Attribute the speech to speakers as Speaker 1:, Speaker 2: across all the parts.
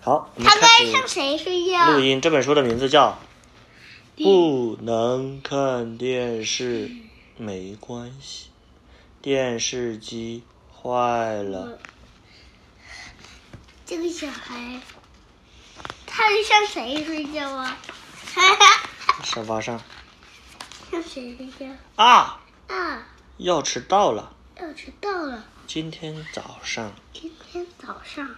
Speaker 1: 好，我们
Speaker 2: 他们
Speaker 1: 开
Speaker 2: 爱
Speaker 1: 始
Speaker 2: 上谁睡
Speaker 1: 录
Speaker 2: 觉？
Speaker 1: 音。这本书的名字叫《
Speaker 2: 第
Speaker 1: 不能看电视没关系》，电视机坏了，
Speaker 2: 这个小孩，他是上谁睡觉 啊？
Speaker 1: 沙发上
Speaker 2: 上谁睡觉？
Speaker 1: 啊，
Speaker 2: 啊，
Speaker 1: 要迟到了。
Speaker 2: 要迟到了。
Speaker 1: 今天早上，
Speaker 2: 今天早上，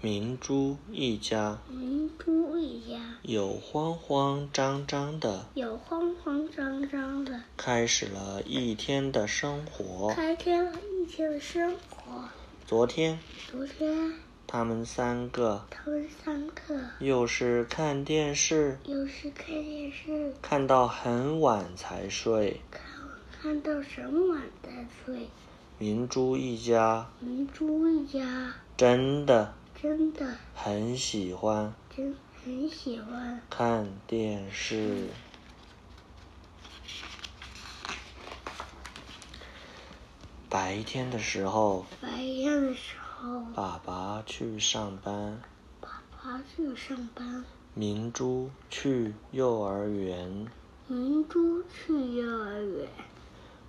Speaker 1: 明珠一家
Speaker 2: 明珠一家
Speaker 1: 有慌慌张张的
Speaker 2: 有慌慌张张的
Speaker 1: 开始了一天的生活。
Speaker 2: 开天了一天的生活。
Speaker 1: 昨天，
Speaker 2: 昨天
Speaker 1: 他们三个
Speaker 2: 他们三个
Speaker 1: 又是看电视，
Speaker 2: 又是看电视，
Speaker 1: 看到很晚才睡。
Speaker 2: 看看到很晚才睡。
Speaker 1: 明珠一家
Speaker 2: 明珠一家
Speaker 1: 真的
Speaker 2: 真的
Speaker 1: 很喜欢
Speaker 2: 真很喜欢
Speaker 1: 看电视。白天的时候，
Speaker 2: 白天的时候，
Speaker 1: 爸爸去上班，
Speaker 2: 爸爸去上班，
Speaker 1: 明珠去幼儿园，
Speaker 2: 明珠去幼儿园，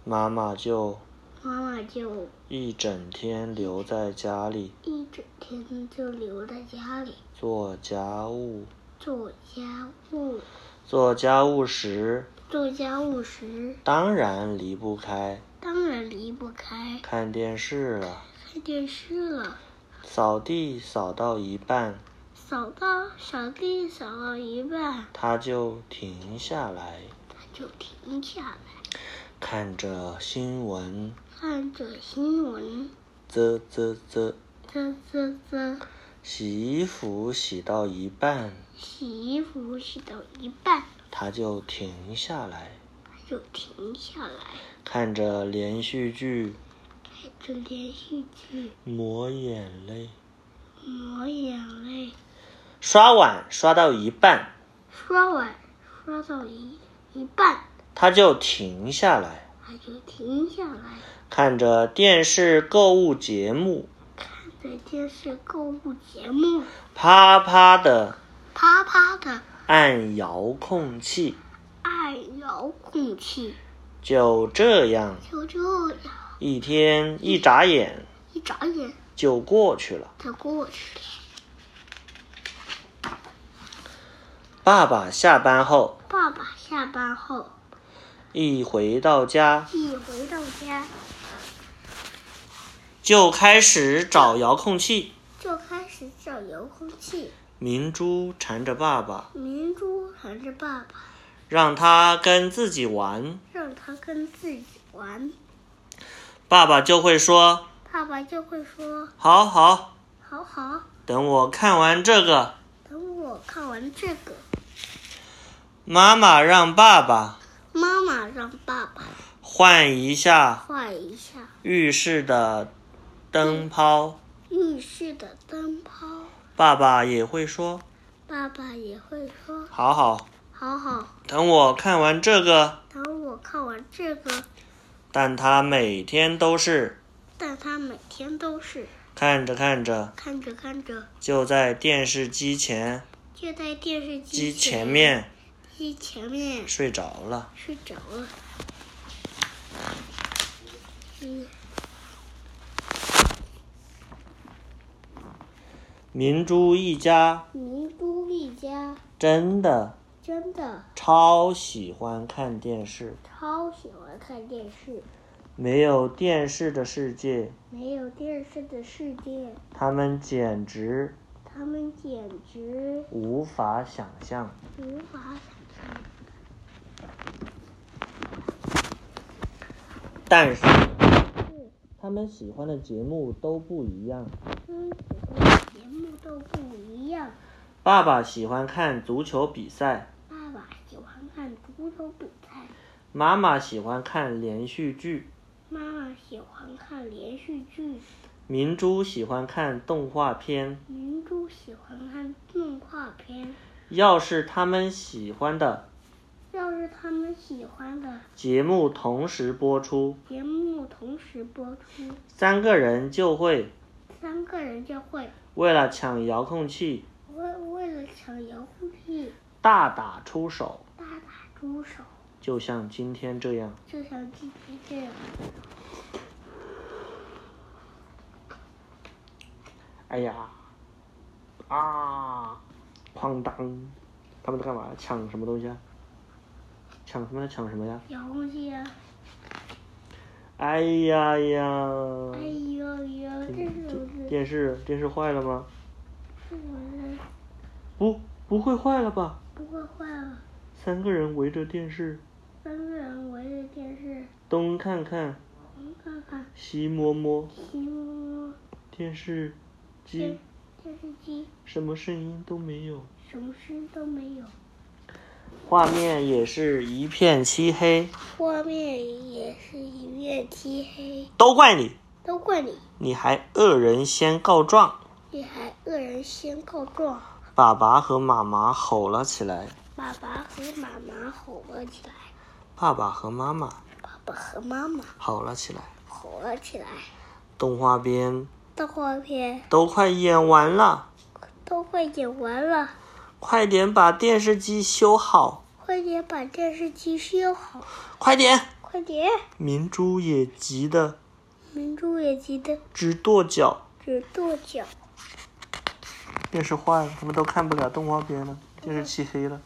Speaker 1: 妈妈就
Speaker 2: 妈妈就
Speaker 1: 一整天留在家里
Speaker 2: 一整天就留在家里
Speaker 1: 做家务。
Speaker 2: 做家务。
Speaker 1: 做家务时，
Speaker 2: 做家务时，
Speaker 1: 当然离不开
Speaker 2: 当然离不开
Speaker 1: 看电视啊了。
Speaker 2: 看电视了。
Speaker 1: 扫地扫到一半，
Speaker 2: 扫到扫地扫到一半，
Speaker 1: 他就停下来，
Speaker 2: 他就停下来，
Speaker 1: 看着新闻，
Speaker 2: 看着新闻，
Speaker 1: 啧啧啧。
Speaker 2: 啧啧啧。
Speaker 1: 洗衣服洗到一半，
Speaker 2: 洗衣服洗到一半，
Speaker 1: 他就停下来，
Speaker 2: 他就停下来，
Speaker 1: 看着连续剧
Speaker 2: 看着连续剧
Speaker 1: 抹眼泪。
Speaker 2: 抹眼泪，
Speaker 1: 刷碗刷到一半，
Speaker 2: 刷碗刷到一一半，
Speaker 1: 他就停下来，
Speaker 2: 他就停下来，
Speaker 1: 看着电视购物节目，
Speaker 2: 看着电视购物节目，
Speaker 1: 啪啪的
Speaker 2: 啪啪的
Speaker 1: 按遥控器。
Speaker 2: 按遥控器，
Speaker 1: 就这样，
Speaker 2: 就这样
Speaker 1: 一天一眨眼
Speaker 2: 一眨眼
Speaker 1: 就过去了。
Speaker 2: 就过去了。
Speaker 1: 爸爸下班后
Speaker 2: 爸爸下班后
Speaker 1: 一回到家，
Speaker 2: 一回到家，
Speaker 1: 就开始找遥控器。
Speaker 2: 就开始找遥控器。
Speaker 1: 明珠缠着爸爸，
Speaker 2: 明珠还是爸爸。
Speaker 1: 让他跟自己玩，
Speaker 2: 让他跟自己玩，
Speaker 1: 爸爸就会说
Speaker 2: 爸爸就会说：“
Speaker 1: 好好，
Speaker 2: 好好，
Speaker 1: 等我看完这个。”
Speaker 2: 等我看完这个。
Speaker 1: 妈妈让爸爸”
Speaker 2: 妈妈让爸爸
Speaker 1: 换一下
Speaker 2: 换一下
Speaker 1: 浴室的灯泡，
Speaker 2: 浴室的灯泡，
Speaker 1: 爸爸也会说
Speaker 2: 爸爸也会说
Speaker 1: 好好，：“
Speaker 2: 好好，
Speaker 1: 等我看完这个。
Speaker 2: 等我看完这个。
Speaker 1: 但他每天都是”
Speaker 2: 但他每天都是
Speaker 1: 看着看着
Speaker 2: 看着看着，
Speaker 1: 就在电视机前
Speaker 2: 就在电视
Speaker 1: 机
Speaker 2: 机
Speaker 1: 前面
Speaker 2: 机前面
Speaker 1: 睡着了。
Speaker 2: 睡着了。嗯，
Speaker 1: 明珠一家
Speaker 2: 明珠一家
Speaker 1: 真的
Speaker 2: 真的
Speaker 1: 超喜欢看电视，
Speaker 2: 超喜欢看电视。
Speaker 1: 没有电视的世界，
Speaker 2: 没有电视的世界，
Speaker 1: 他们简直
Speaker 2: 他们简直
Speaker 1: 无法想象。
Speaker 2: 无法想象。
Speaker 1: 但是
Speaker 2: 嗯，
Speaker 1: 他们喜欢的节目都不一样。
Speaker 2: 他们喜欢的节目都不一样。
Speaker 1: 爸爸喜欢看足球比赛，
Speaker 2: 爸爸喜欢看足球比赛，
Speaker 1: 妈妈喜欢看连续剧，
Speaker 2: 妈妈喜欢看连续剧，
Speaker 1: 明珠喜欢看动画片。
Speaker 2: 明珠喜欢看动画片。
Speaker 1: 要是他们喜欢的
Speaker 2: 要是他们喜欢的
Speaker 1: 节目同时播出，
Speaker 2: 节目同时播出，
Speaker 1: 三个人就会
Speaker 2: 三个人就会
Speaker 1: 为了抢遥控器
Speaker 2: 为为了抢遥控器
Speaker 1: 大打出手，
Speaker 2: 大打出手，
Speaker 1: 就像今天这样。
Speaker 2: 就像今天这样。
Speaker 1: 哎呀，啊，哐当！他们在干嘛？抢什么东西啊？抢什么？抢什么呀？
Speaker 2: 遥控器啊！
Speaker 1: 哎呀呀！
Speaker 2: 哎呦呦，这是我的，
Speaker 1: 电视电视坏了吗？
Speaker 2: 这是我的，
Speaker 1: 不，不会坏了吧？
Speaker 2: 不过坏了。
Speaker 1: 三个人围着电视，
Speaker 2: 三个人围着电视，
Speaker 1: 东看看，
Speaker 2: 我们看看
Speaker 1: 西摸摸，
Speaker 2: 西摸摸
Speaker 1: 电视机
Speaker 2: 电电视机，
Speaker 1: 什么声音都没有，
Speaker 2: 什么声都没有，
Speaker 1: 画面也是一片漆黑。
Speaker 2: 画面也是一片漆黑。
Speaker 1: 都怪你，
Speaker 2: 都怪你，
Speaker 1: 你还恶人先告状。
Speaker 2: 你还恶人先告状。
Speaker 1: 爸爸和妈妈吼了起来，
Speaker 2: 爸爸和妈妈吼了起来，
Speaker 1: 爸爸和妈妈
Speaker 2: 爸爸和妈妈
Speaker 1: 吼了起来。
Speaker 2: 吼了起来。
Speaker 1: 动画片
Speaker 2: 动画片
Speaker 1: 都快演完了，
Speaker 2: 都快演完了，
Speaker 1: 快点把电视机修好，
Speaker 2: 快点把电视机修好，
Speaker 1: 快点！
Speaker 2: 快点！
Speaker 1: 明珠也急得
Speaker 2: 明珠也急得
Speaker 1: 直跺脚。
Speaker 2: 直跺脚。
Speaker 1: 电视坏了，他们都看不了动画片了，电视漆黑了，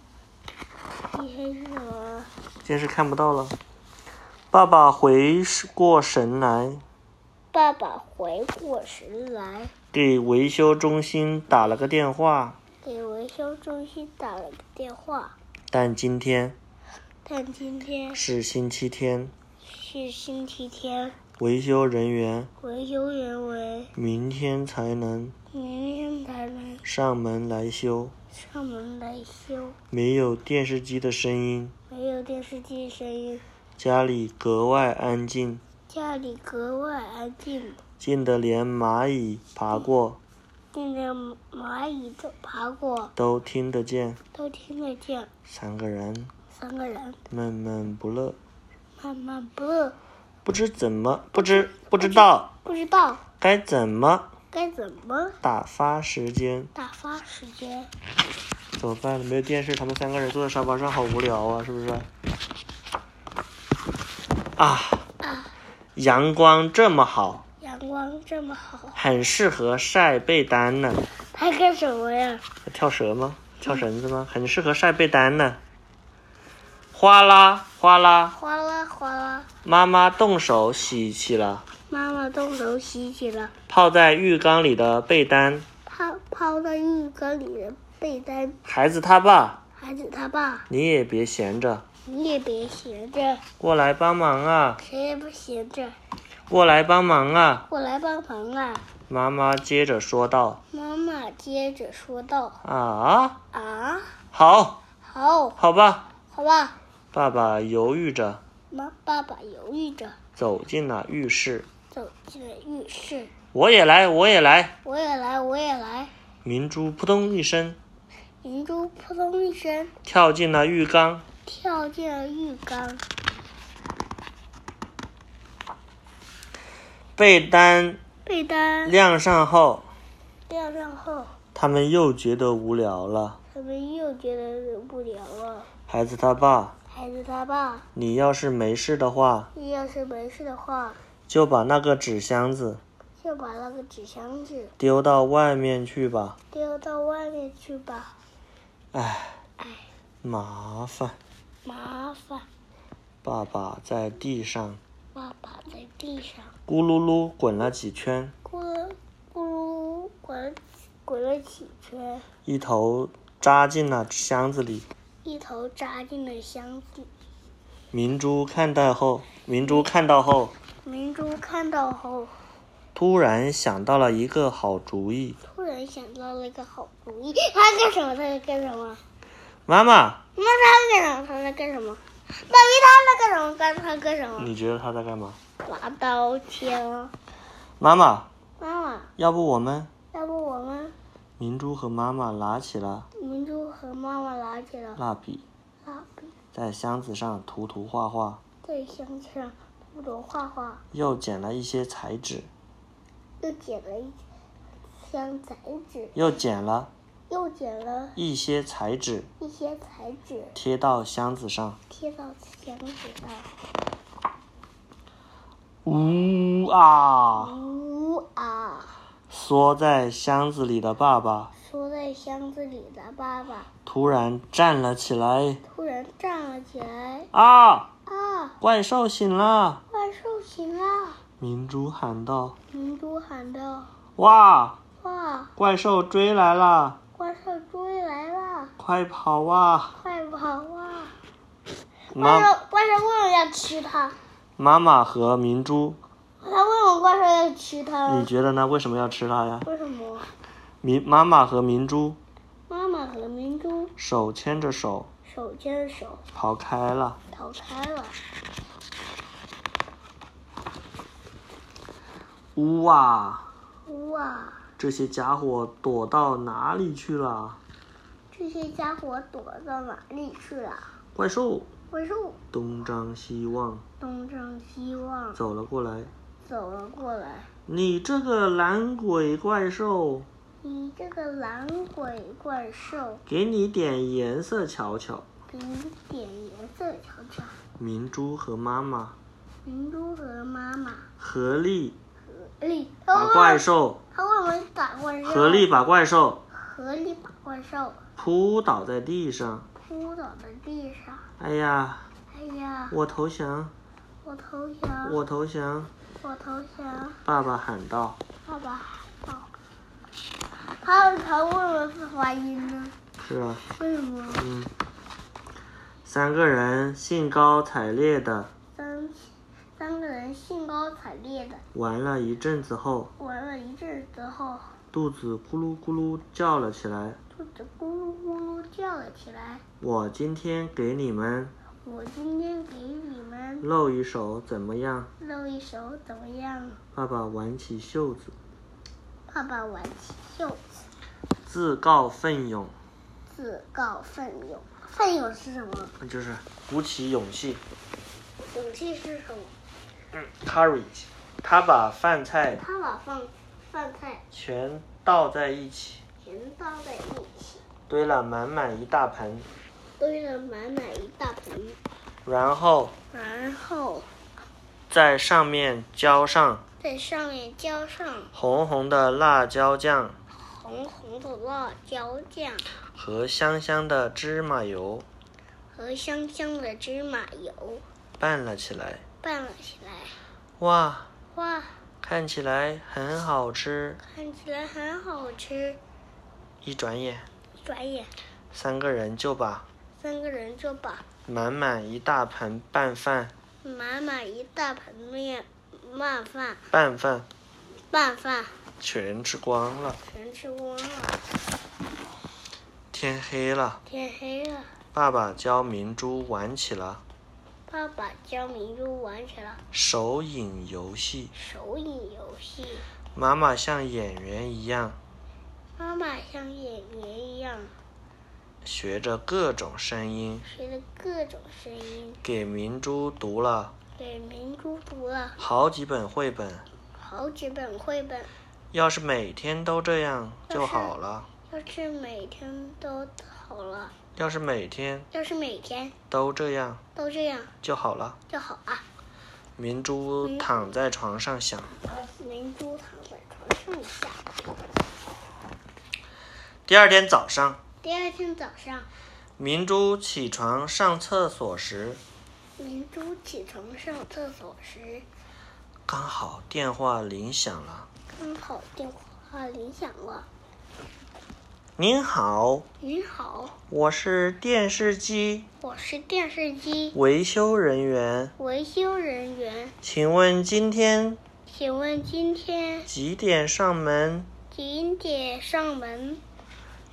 Speaker 2: 你黑什么？
Speaker 1: 电视看不到了。爸爸回过神来，
Speaker 2: 爸爸回过神来，
Speaker 1: 给维修中心打了个电话，
Speaker 2: 给维修中心打了个电话。
Speaker 1: 但今天
Speaker 2: 但今天
Speaker 1: 是星期天，
Speaker 2: 是星期天，
Speaker 1: 维修人员
Speaker 2: 维修人员
Speaker 1: 明天才能
Speaker 2: 明天才能
Speaker 1: 上门来修。
Speaker 2: 上门来修。
Speaker 1: 没有电视机的声音，
Speaker 2: 没有电视机声音，
Speaker 1: 家里格外安静，
Speaker 2: 家里格外安静，
Speaker 1: 静得连蚂蚁爬过
Speaker 2: 那个蚂蚁都爬过，
Speaker 1: 都听得见。
Speaker 2: 都听得见。
Speaker 1: 三个人
Speaker 2: 三个人
Speaker 1: 闷闷不乐，
Speaker 2: 慢慢不乐，
Speaker 1: 不知怎么，不知不知道
Speaker 2: 不知道
Speaker 1: 该怎么
Speaker 2: 该怎么
Speaker 1: 打发时间。
Speaker 2: 打发时间。
Speaker 1: 怎么办呢？没有电视，他们三个人坐在沙发上，好无聊啊，是不是？啊，阳光这么好，
Speaker 2: 阳光这么好，
Speaker 1: 很适合晒被单呢。
Speaker 2: 还干什么呀？
Speaker 1: 跳绳吗？跳绳子吗？很适合晒被单呢。哗啦哗啦，
Speaker 2: 哗啦哗啦，
Speaker 1: 妈妈动手洗起了
Speaker 2: 妈妈动手洗起了
Speaker 1: 泡在浴缸里的被单。
Speaker 2: 泡泡到浴缸里的被单。
Speaker 1: 孩子他爸，
Speaker 2: 孩子他爸，
Speaker 1: 你也别闲着，
Speaker 2: 你也别闲着，
Speaker 1: 过来帮忙啊！
Speaker 2: 谁也不闲着，
Speaker 1: 过来帮忙啊！
Speaker 2: 过来帮忙啊！
Speaker 1: 妈妈接着说道：“
Speaker 2: 妈妈接着说道
Speaker 1: 啊，：“
Speaker 2: 啊，
Speaker 1: 好，
Speaker 2: 好，
Speaker 1: 好吧。
Speaker 2: 好吧。”
Speaker 1: 爸爸犹豫着
Speaker 2: 妈，爸爸犹豫着
Speaker 1: 走进了浴室。
Speaker 2: 走进了浴室。
Speaker 1: 我也来，我也来。
Speaker 2: 我也来，我也来。
Speaker 1: 明珠扑通一声
Speaker 2: 明珠扑通一声
Speaker 1: 跳进了浴缸。
Speaker 2: 跳进了浴缸，
Speaker 1: 被单
Speaker 2: 被单
Speaker 1: 晾上后，
Speaker 2: 晾上后，
Speaker 1: 他们又觉得无聊了。
Speaker 2: 他们又觉得忍不了了。
Speaker 1: 孩子他爸，
Speaker 2: 孩子他爸，
Speaker 1: 你要是没事的话，
Speaker 2: 你要是没事的话，
Speaker 1: 就把那个纸箱子
Speaker 2: 就把那个纸箱子
Speaker 1: 丢到外面去吧。
Speaker 2: 丢到外面去吧。
Speaker 1: 唉，
Speaker 2: 哎，
Speaker 1: 麻烦。
Speaker 2: 麻烦。
Speaker 1: 爸爸在地上
Speaker 2: 爸爸在地上。
Speaker 1: 咕噜噜滚了几圈，
Speaker 2: 咕噜咕噜滚滚了几圈，
Speaker 1: 一头扎进了箱子里。
Speaker 2: 一头扎进了箱子。
Speaker 1: 明珠看到后，明珠看到后，
Speaker 2: 明珠看到后，
Speaker 1: 突然想到了一个好主意。
Speaker 2: 突然想到了一个好主意。他干什么？他在干什么？
Speaker 1: 妈妈，
Speaker 2: 妈，他干什么？他在干什么？爸比，他在干什么？干他干什么？
Speaker 1: 你觉得他在干嘛？
Speaker 2: 拔刀天了。
Speaker 1: 妈妈，
Speaker 2: 妈妈，
Speaker 1: 要不我们
Speaker 2: 要不我们
Speaker 1: 明珠和妈妈拿起了
Speaker 2: 明珠和妈妈拿起啊了
Speaker 1: 蜡笔，
Speaker 2: 蜡笔，
Speaker 1: 在箱子上涂涂画画，
Speaker 2: 在箱子上涂着画画，
Speaker 1: 又捡了一些彩纸，
Speaker 2: 又捡了一箱材纸，
Speaker 1: 又捡了
Speaker 2: 又捡了
Speaker 1: 一些彩纸，
Speaker 2: 一些彩纸
Speaker 1: 贴到箱子上。
Speaker 2: 贴到墙纸上。
Speaker 1: 呜啊！
Speaker 2: 呜啊！
Speaker 1: 缩在箱子里的爸爸
Speaker 2: 缩在箱子里的爸爸
Speaker 1: 突然站了起来。
Speaker 2: 突然站了起来。
Speaker 1: 啊！
Speaker 2: 啊！
Speaker 1: 怪兽醒了！
Speaker 2: 怪兽醒了！
Speaker 1: 明珠喊道
Speaker 2: 啊明珠喊道：“
Speaker 1: 哇！：“
Speaker 2: 哇！
Speaker 1: 怪兽追来了，
Speaker 2: 怪兽追来了！
Speaker 1: 快跑啊！”
Speaker 2: 快跑啊！”怪
Speaker 1: 妈
Speaker 2: 兽，怪兽为什么要吃它？
Speaker 1: 妈妈和明珠，
Speaker 2: 他为什么怪兽要吃它
Speaker 1: 你？觉得呢？为什么要吃它呀？
Speaker 2: 为什么？
Speaker 1: 明妈妈和明珠
Speaker 2: 妈妈和明珠
Speaker 1: 手牵着手
Speaker 2: 手牵手
Speaker 1: 逃开了。
Speaker 2: 逃开了。
Speaker 1: 呜啊！
Speaker 2: 哇！
Speaker 1: 这些家伙躲到哪里去了？
Speaker 2: 这些家伙躲到哪里去了？
Speaker 1: 怪兽
Speaker 2: 怪兽
Speaker 1: 东张西望
Speaker 2: 东张西望
Speaker 1: 走了过来。
Speaker 2: 走了过来。
Speaker 1: 你这个懒鬼怪兽，
Speaker 2: 你这个懒鬼怪兽，
Speaker 1: 给你点颜色瞧瞧。
Speaker 2: 给你点颜色瞧瞧。
Speaker 1: 明珠和妈妈
Speaker 2: 明珠和妈妈啊
Speaker 1: 合力
Speaker 2: 合力
Speaker 1: 把啊怪，兽，
Speaker 2: 他为什么打怪兽？
Speaker 1: 合力把怪兽
Speaker 2: 合力把怪兽
Speaker 1: 扑倒在地上。
Speaker 2: 扑倒在地上。
Speaker 1: 哎呀，
Speaker 2: 哎呀，
Speaker 1: 我投降，
Speaker 2: 我投降！
Speaker 1: 我投降！
Speaker 2: 我投降！
Speaker 1: 爸爸喊道。
Speaker 2: 爸爸喊道：“他他为什么是发音呢？
Speaker 1: 是啊，
Speaker 2: 为什么？
Speaker 1: 嗯。三个人兴高采烈的
Speaker 2: 三三个人兴高采烈的
Speaker 1: 玩了一阵子后，
Speaker 2: 玩了一阵之后，
Speaker 1: 肚子咕噜咕噜叫了起来。
Speaker 2: 肚子咕噜咕噜叫了起来。
Speaker 1: 我今天给你们
Speaker 2: 我今天给你们
Speaker 1: 露一手怎么样？
Speaker 2: 露一手怎么样？
Speaker 1: 爸爸挽起袖子，
Speaker 2: 爸爸挽起袖子，
Speaker 1: 自告奋勇，
Speaker 2: 自告奋勇。奋勇是什么？
Speaker 1: 那就是鼓起勇气。
Speaker 2: 勇气是什么？
Speaker 1: 嗯，courage。他把饭菜
Speaker 2: 他把饭饭菜
Speaker 1: 全倒在一起，
Speaker 2: 全倒在一起。”
Speaker 1: 堆了满满一大盆，
Speaker 2: 堆了满满一大盆，
Speaker 1: 然后
Speaker 2: 然后
Speaker 1: 在上面浇上
Speaker 2: 在上面浇上
Speaker 1: 红红的辣椒酱
Speaker 2: 红红的辣椒酱
Speaker 1: 和香香的芝麻油，
Speaker 2: 和香香的芝麻油
Speaker 1: 拌了起来。
Speaker 2: 拌了起来。
Speaker 1: 哇，
Speaker 2: 哇，
Speaker 1: 看起来很好吃。
Speaker 2: 看起来很好吃。
Speaker 1: 一转眼，
Speaker 2: 一转眼，
Speaker 1: 三个人就把
Speaker 2: 三个人就把
Speaker 1: 满满一大盆拌饭
Speaker 2: 满满一大盆面拌饭
Speaker 1: 拌饭
Speaker 2: 拌饭
Speaker 1: 全吃光了。
Speaker 2: 全吃光了。
Speaker 1: 天黑了，
Speaker 2: 天黑了，
Speaker 1: 爸爸教明珠玩起了
Speaker 2: 爸爸教明珠玩起了
Speaker 1: 手影游戏，
Speaker 2: 手影游戏。
Speaker 1: 妈妈像演员一样
Speaker 2: 妈妈像演员一样
Speaker 1: 学着各种声音
Speaker 2: 学了各种声音。
Speaker 1: 给明珠读了
Speaker 2: 给明珠读了
Speaker 1: 好几本绘本。
Speaker 2: 好几本绘本，
Speaker 1: 要是每天都这样就好了。
Speaker 2: 要是每天都好了，
Speaker 1: 要是每天
Speaker 2: 要是每天
Speaker 1: 都这样
Speaker 2: 都这样
Speaker 1: 就好了。
Speaker 2: 就好啊。
Speaker 1: 明珠躺在床上想，
Speaker 2: 明珠躺在床上想。
Speaker 1: 第二天早上，
Speaker 2: 第二天早上，
Speaker 1: 明珠起床上厕所时，
Speaker 2: 明珠起床上厕所时，
Speaker 1: 刚好电话铃响了。
Speaker 2: 刚好电话铃响了。
Speaker 1: 您好，
Speaker 2: 您好，
Speaker 1: 我是电视机
Speaker 2: 我是电视机
Speaker 1: 维修人员，
Speaker 2: 维修人员，
Speaker 1: 请问今天
Speaker 2: 请问今天
Speaker 1: 几点上门？
Speaker 2: 几点上门？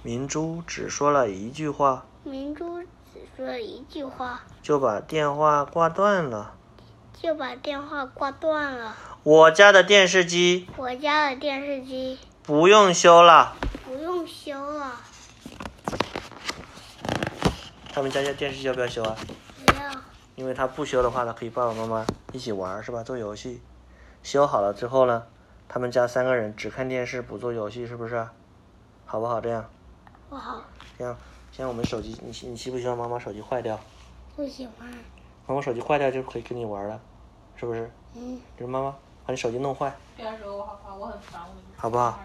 Speaker 1: 明珠只说了一句话，
Speaker 2: 明珠只说了一句话，
Speaker 1: 就把电话挂断了。
Speaker 2: 就把电话挂断了。
Speaker 1: 我家的电视机
Speaker 2: 我家的电视机
Speaker 1: 不用修了。
Speaker 2: 不用修了，
Speaker 1: 他们家家电视机要不要修啊？
Speaker 2: 不要
Speaker 1: 因为他不修的话，他可以爸爸妈妈一起玩儿，是吧？做游戏。修好了之后呢，他们家三个人只看电视不做游戏，是不是？好不好这样？
Speaker 2: 不好，
Speaker 1: 这样，现在我们手机，你希你希不希望妈妈手机坏掉？
Speaker 2: 不喜欢。
Speaker 1: 妈妈手机坏掉就可以跟你玩了，是不是？
Speaker 2: 嗯，
Speaker 1: 就是妈妈把你手机弄坏，
Speaker 3: 这样说我好烦，我很烦我们家
Speaker 1: 好不好？